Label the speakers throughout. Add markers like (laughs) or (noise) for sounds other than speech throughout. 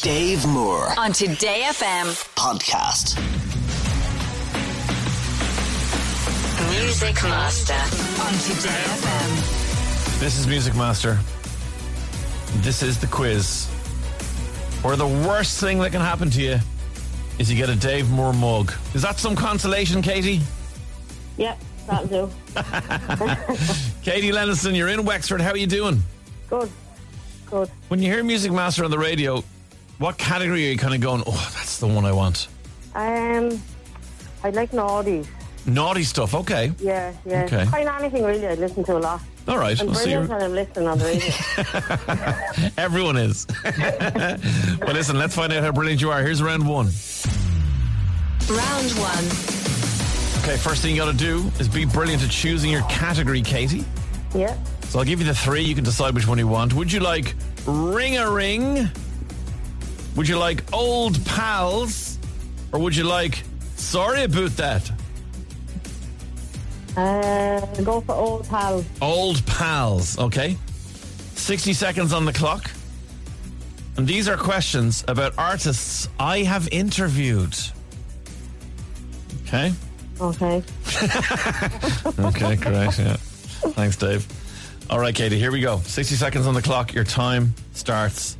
Speaker 1: Dave Moore
Speaker 2: on Today FM.
Speaker 1: podcast.
Speaker 2: Music Master on Today FM.
Speaker 3: This is Music Master. This is the quiz. Where the worst thing that can happen to you is you get a Dave Moore mug. Is that some consolation, Katie?
Speaker 4: Yep, that'll do.
Speaker 3: Katie Lennison, you're in Wexford. How are you doing?
Speaker 4: Good. Good.
Speaker 3: When you hear Music Master on the radio, what category are you kind of going, oh, that's the one I want?
Speaker 4: Um, I like naughty.
Speaker 3: Naughty stuff. Okay.
Speaker 4: Yeah, yeah.
Speaker 3: Okay. Oh,
Speaker 4: Quite anything really. I listen to a lot.
Speaker 3: All right.
Speaker 4: I'm
Speaker 3: we'll see.
Speaker 4: brilliant
Speaker 3: you-
Speaker 4: when I'm listening on the radio.
Speaker 3: Everyone is. (laughs) well, listen, let's find out how brilliant you are. Here's round one.
Speaker 2: Round one.
Speaker 3: Okay, first thing you got to do is be brilliant at choosing your category, Katie.
Speaker 4: yeah.
Speaker 3: So I'll give you the three. You can decide which one you want. Would you like Ring a Ring? Would you like Old Pals? Or would you like Sorry About That?
Speaker 4: Uh, go for old pal.
Speaker 3: Old Pals, okay? 60 seconds on the clock. And these are questions about artists I have interviewed. Okay?
Speaker 4: Okay.
Speaker 3: Okay, (laughs) correct. Yeah. Thanks, Dave. All right, Katie, here we go. 60 seconds on the clock. Your time starts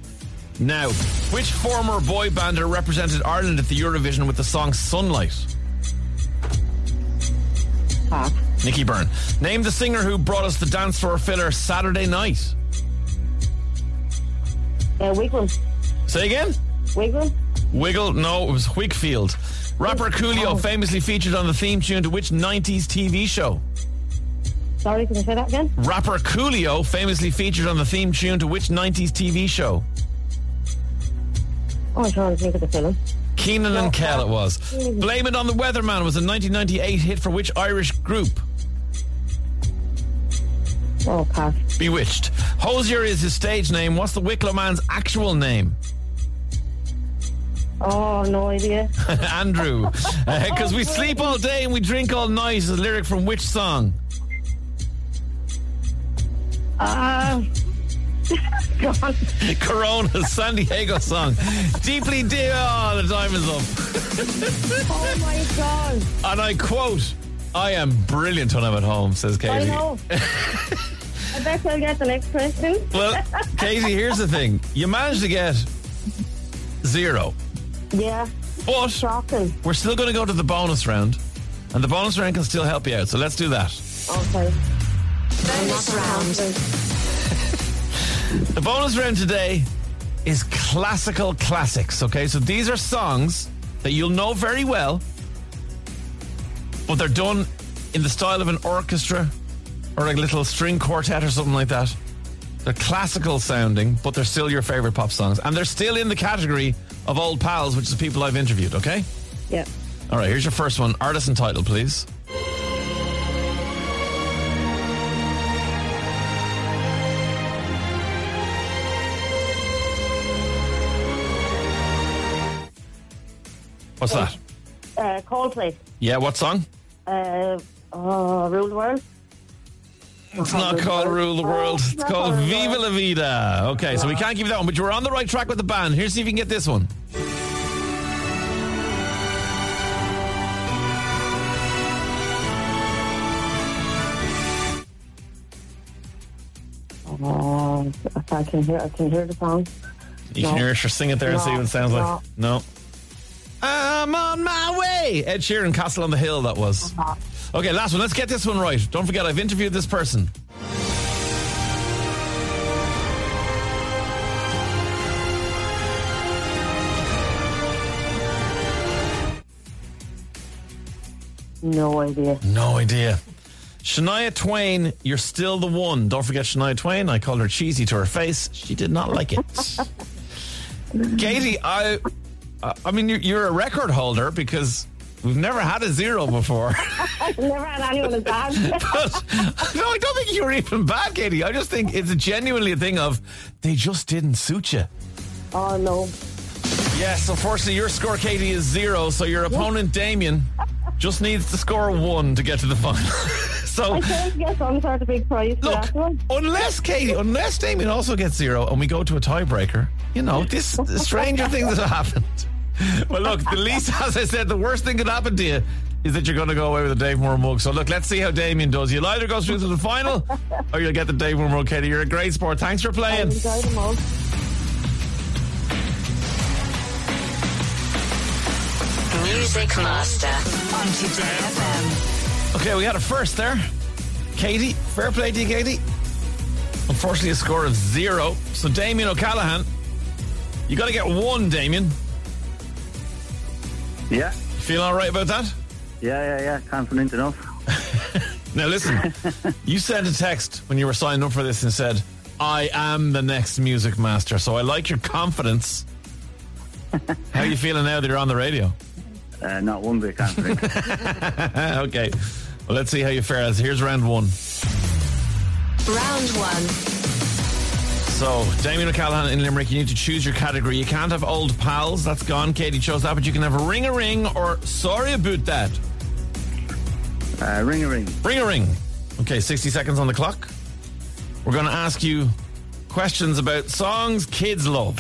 Speaker 3: now. Which former boy bander represented Ireland at the Eurovision with the song Sunlight?
Speaker 4: Pass.
Speaker 3: Nicky Byrne. Name the singer who brought us the dance floor filler Saturday night.
Speaker 4: Yeah, Wiggum.
Speaker 3: Say again?
Speaker 4: Wiggum?
Speaker 3: Wiggle? No, it was Wickfield. Rapper Coolio famously featured on the theme tune to which 90s TV show?
Speaker 4: Sorry, can you say that again?
Speaker 3: Rapper Coolio famously featured on the theme tune to which 90s TV show?
Speaker 4: Oh, I'm trying to think of the film.
Speaker 3: Keenan and Kel it was. Blame It on the Weatherman was a 1998 hit for which Irish group?
Speaker 4: Oh, pass.
Speaker 3: Bewitched. Hosier is his stage name. What's the Wicklow man's actual name? (laughs)
Speaker 4: Oh, no idea.
Speaker 3: Andrew. Because we sleep all day and we drink all night is a lyric from which song? (laughs)
Speaker 4: Ah. God.
Speaker 3: Corona, San Diego song. Deeply dear. Oh, the time is up.
Speaker 4: Oh, my God.
Speaker 3: And I quote, I am brilliant when I'm at home, says Katie.
Speaker 4: I know. I bet I'll get the next question.
Speaker 3: Well, Katie, here's the thing. You managed to get zero.
Speaker 4: Yeah.
Speaker 3: But
Speaker 4: Shocking.
Speaker 3: We're still going to go to the bonus round, and the bonus round can still help you out. So let's do that.
Speaker 4: Okay.
Speaker 2: Bonus round.
Speaker 3: The bonus round today is classical classics. Okay, so these are songs that you'll know very well, but they're done in the style of an orchestra or a little string quartet or something like that. They're classical sounding, but they're still your favorite pop songs, and they're still in the category of old pals, which is people I've interviewed. Okay.
Speaker 4: Yeah.
Speaker 3: All right, here's your first one. Artist and title, please. What's that?
Speaker 4: Uh, Coldplay.
Speaker 3: Yeah, what song?
Speaker 4: Uh, oh, Rule the World.
Speaker 3: It's not called Rule the World. It's
Speaker 4: not
Speaker 3: called
Speaker 4: Rule the
Speaker 3: Viva
Speaker 4: World.
Speaker 3: La Vida. Okay, so we can't give you that one, but you were on the right track with the band. Here's see if you can get this one.
Speaker 4: Oh, I can hear. I can hear the song.
Speaker 3: You can
Speaker 4: No.
Speaker 3: hear it, sure, sing it there and
Speaker 4: No,
Speaker 3: see what it sounds like. No. I'm on my way. Ed Sheeran, Castle on the Hill, that was. Okay, last one. Let's get this one right. Don't forget, I've interviewed this person.
Speaker 4: No idea. (laughs)
Speaker 3: No idea. Shania Twain, you're still the one. Don't forget Shania Twain. I called her cheesy to her face. She did not like
Speaker 4: (laughs)
Speaker 3: it. Katie, I, I- I mean, you're, you're a record holder because we've never had a zero before. (laughs)
Speaker 4: I've never had anyone as bad.
Speaker 3: But- (laughs) no, I don't think you were even bad, Katie. I just think it's a genuinely a thing of they just didn't suit you.
Speaker 4: (laughs) oh no.
Speaker 3: Yes, unfortunately, your score, Katie, is zero. So your opponent, Damien, just needs to score one to get to the final. (laughs) so.
Speaker 4: I can't get some sort of big prize for
Speaker 3: Look,
Speaker 4: that one.
Speaker 3: unless Katie, unless Damien also gets zero and we go to a tiebreaker, You know, this stranger things have (laughs) happened. Well, look, the least, (laughs) as I said, the worst thing could happen to you is that you're going to go away with a Dave Moore mug. So, look, let's see how Damien does. You'll either go through to the final or you'll get the Dave Moore mug, Katie. You're a great sport. Thanks for
Speaker 4: I
Speaker 3: playing.
Speaker 4: enjoy them all.
Speaker 2: Music Master on Today FM.
Speaker 3: Okay, we had a first there. Katie, fair play to you, Katie. Unfortunately, a score of zero. So, Damien O'Callaghan, you got to get one, Damien.
Speaker 1: Yeah,
Speaker 3: Feel all right about that?
Speaker 1: yeah, yeah, yeah. Confident enough.
Speaker 3: Now listen, you sent a text when you were signing up for this and said, "I am the next music master." So I like your confidence. How are you feeling now that you're on the radio?
Speaker 1: Uh, not one bit confident.
Speaker 3: Ah, okay, well let's see how you fare. Here's round one.
Speaker 2: Round one.
Speaker 3: So Damien O'Callaghan in Limerick, you need to choose your category. You can't have old pals. That's gone. Katie chose that, but you can have a ring a ring or sorry about that.
Speaker 1: uh, ring a ring.
Speaker 3: Ring a ring. Okay, 60 seconds on the clock. We're going to ask you questions about songs kids love.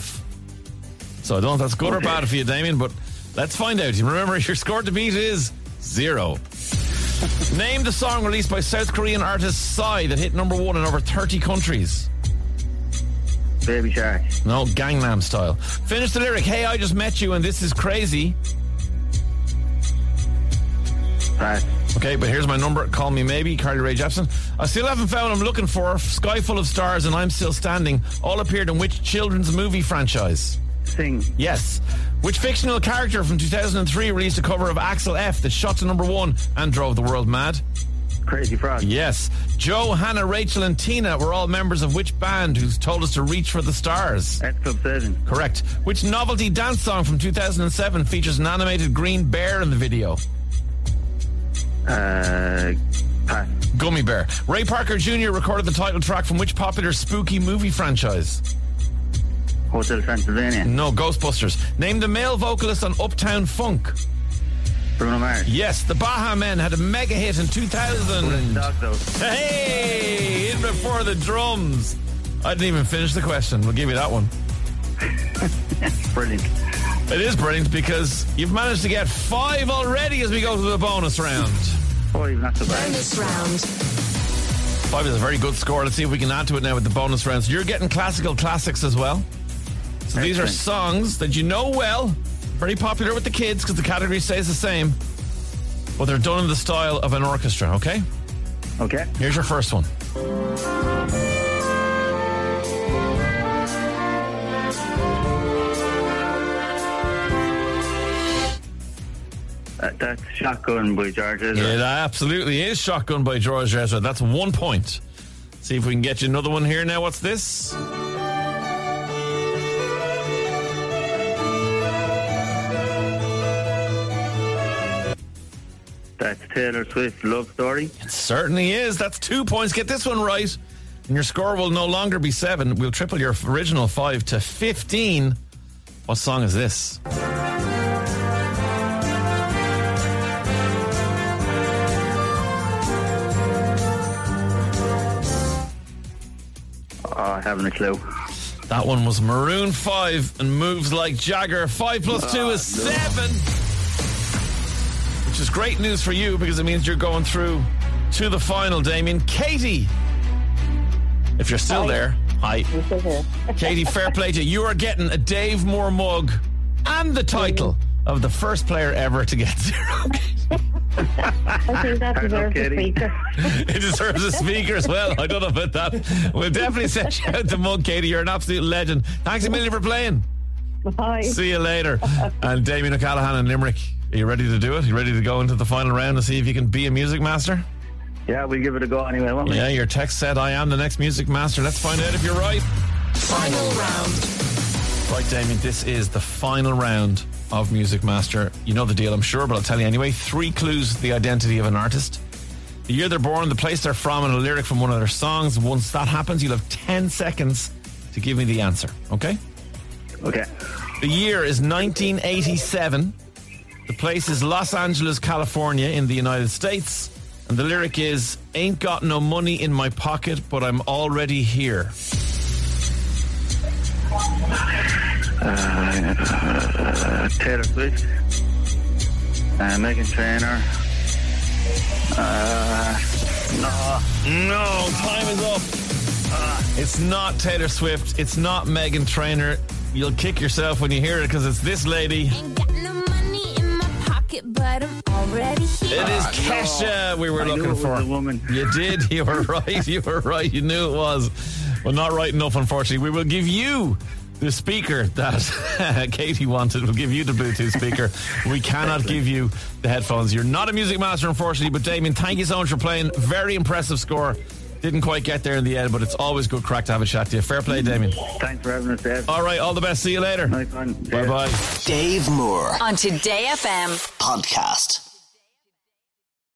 Speaker 3: So I don't know if that's good or bad for you, Damien, but let's find out. Remember, (laughs) your score to beat is zero. (laughs) Name the song released by South Korean artist Psy that hit number one in over 30 countries.
Speaker 1: Baby shark.
Speaker 3: No, Gangnam style. Finish the lyric Hey, I just met you and this is crazy.
Speaker 1: Pass.
Speaker 3: Okay, but here's my number. Call me maybe, Carly Rae Jepsen. I still haven't found I'm looking for. Sky full of stars and I'm still standing. All appeared in which children's movie franchise?
Speaker 1: Sing.
Speaker 3: Yes. Which fictional character from 2003 released a cover of Axel F that shot to number one and drove the world mad?
Speaker 1: Crazy frog.
Speaker 3: Yes. Joe, Hannah, Rachel, and Tina were all members of which band who's told us to reach for the stars?
Speaker 1: X Club Seven.
Speaker 3: Correct. Which novelty dance song from 2007 features an animated green bear in the video?
Speaker 1: Uh, pass.
Speaker 3: Gummy Bear. Ray Parker Jr. recorded the title track from which popular spooky movie franchise?
Speaker 1: Hotel Transylvania.
Speaker 3: No, Ghostbusters. Name the male vocalist on Uptown Funk.
Speaker 1: Bruno Mars.
Speaker 3: Yes, the Baha Men had a mega hit in
Speaker 1: Bullet
Speaker 3: 2000.
Speaker 1: Dog though.
Speaker 3: Hey, in before the drums. I didn't even finish the question. We'll give you that one.
Speaker 1: Brilliant.
Speaker 3: It is brilliant because you've managed to get five already as we go to the bonus round.
Speaker 1: Oh, even not so bad.
Speaker 2: Bonus round.
Speaker 3: Five is a very good score. Let's see if we can add to it now with the bonus rounds. You're getting classical classics as well. So these are
Speaker 1: Excellent.
Speaker 3: songs that you know well, very popular with the kids because the category stays the same, but they're done in the style of an orchestra, okay?
Speaker 1: Okay.
Speaker 3: Here's your first one.
Speaker 1: Uh, that's Shotgun by George Ezra.
Speaker 3: It absolutely is Shotgun by George Ezra. That's one point. See if we can get you another one here now. What's this?
Speaker 1: That's Taylor Swift Love Story.
Speaker 3: It certainly is. That's two points. Get this one right, and your score will no longer be seven. We'll triple your original five to 15. What song is this?
Speaker 1: Oh, I haven't a clue.
Speaker 3: That one was Maroon 5 and moves like Jagger. 5 plus 2 is 7. Which is great news for you because it means you're going through to the final, Damien. Katie, if you're still there, hi.
Speaker 4: I'm still here.
Speaker 3: Katie, fair play to you. You are getting a Dave Moore mug and the title of the first player ever to get (laughs) zero.
Speaker 4: I think
Speaker 1: (laughs)
Speaker 4: that deserves a
Speaker 1: kidding.
Speaker 4: speaker.
Speaker 3: it deserves a speaker as well. I don't know about that. We'll definitely send you out the mug, Katie. You're an absolute legend. Thanks a million for playing.
Speaker 4: Bye.
Speaker 3: See you later. And Damien O'Callaghan and Limerick, are you ready to do it? You ready to go into the final round and see if you can be a music master?
Speaker 1: Yeah, we'll give it a go anyway, won't we?
Speaker 3: Yeah, your text said, I am the next music master. Let's find out if you're right.
Speaker 2: Final round.
Speaker 3: Right, Damien, this is the final round of Music Master. You know the deal, I'm sure, but I'll tell you anyway. Three clues to the identity of an artist. The year they're born, the place they're from, and a lyric from one of their songs. Once that happens, you'll have 10 seconds to give me the answer, okay?
Speaker 1: Okay.
Speaker 3: The year is 1987. The place is Los Angeles, California, in the United States. And the lyric is Ain't got no money in my pocket, but I'm already here.
Speaker 1: Uh, uh, Taylor Swift. Uh, Megan Trainor. Uh, no.
Speaker 3: No, time is up. Ah. It's not Taylor Swift. It's not Megan Trainor. You'll kick yourself when you hear it because it's this lady.
Speaker 5: Ain't got no money in my pocket, but I'm already
Speaker 3: It
Speaker 5: here.
Speaker 3: is
Speaker 1: Ah, no.
Speaker 3: Kesha we were
Speaker 1: I knew
Speaker 3: looking
Speaker 1: it was
Speaker 3: for.
Speaker 1: a woman.
Speaker 3: You did. (laughs) You were right. You were right. You knew it was. Well, not right enough, unfortunately. We will give you the speaker that (laughs) Katie wanted. We'll give you the Bluetooth speaker. We cannot give you the headphones. You're not a music master, unfortunately. But Damien, thank you so much for playing. Very impressive score. Didn't quite get there in the end, but it's always good crack to have a chat to you. Fair play, Damien.
Speaker 1: Thanks for having us, Dave.
Speaker 3: All right, all the best. See you later.
Speaker 1: Nice one. See
Speaker 3: Bye
Speaker 1: ya.
Speaker 3: bye.
Speaker 6: Dave Moore
Speaker 2: on Today FM.
Speaker 6: podcast.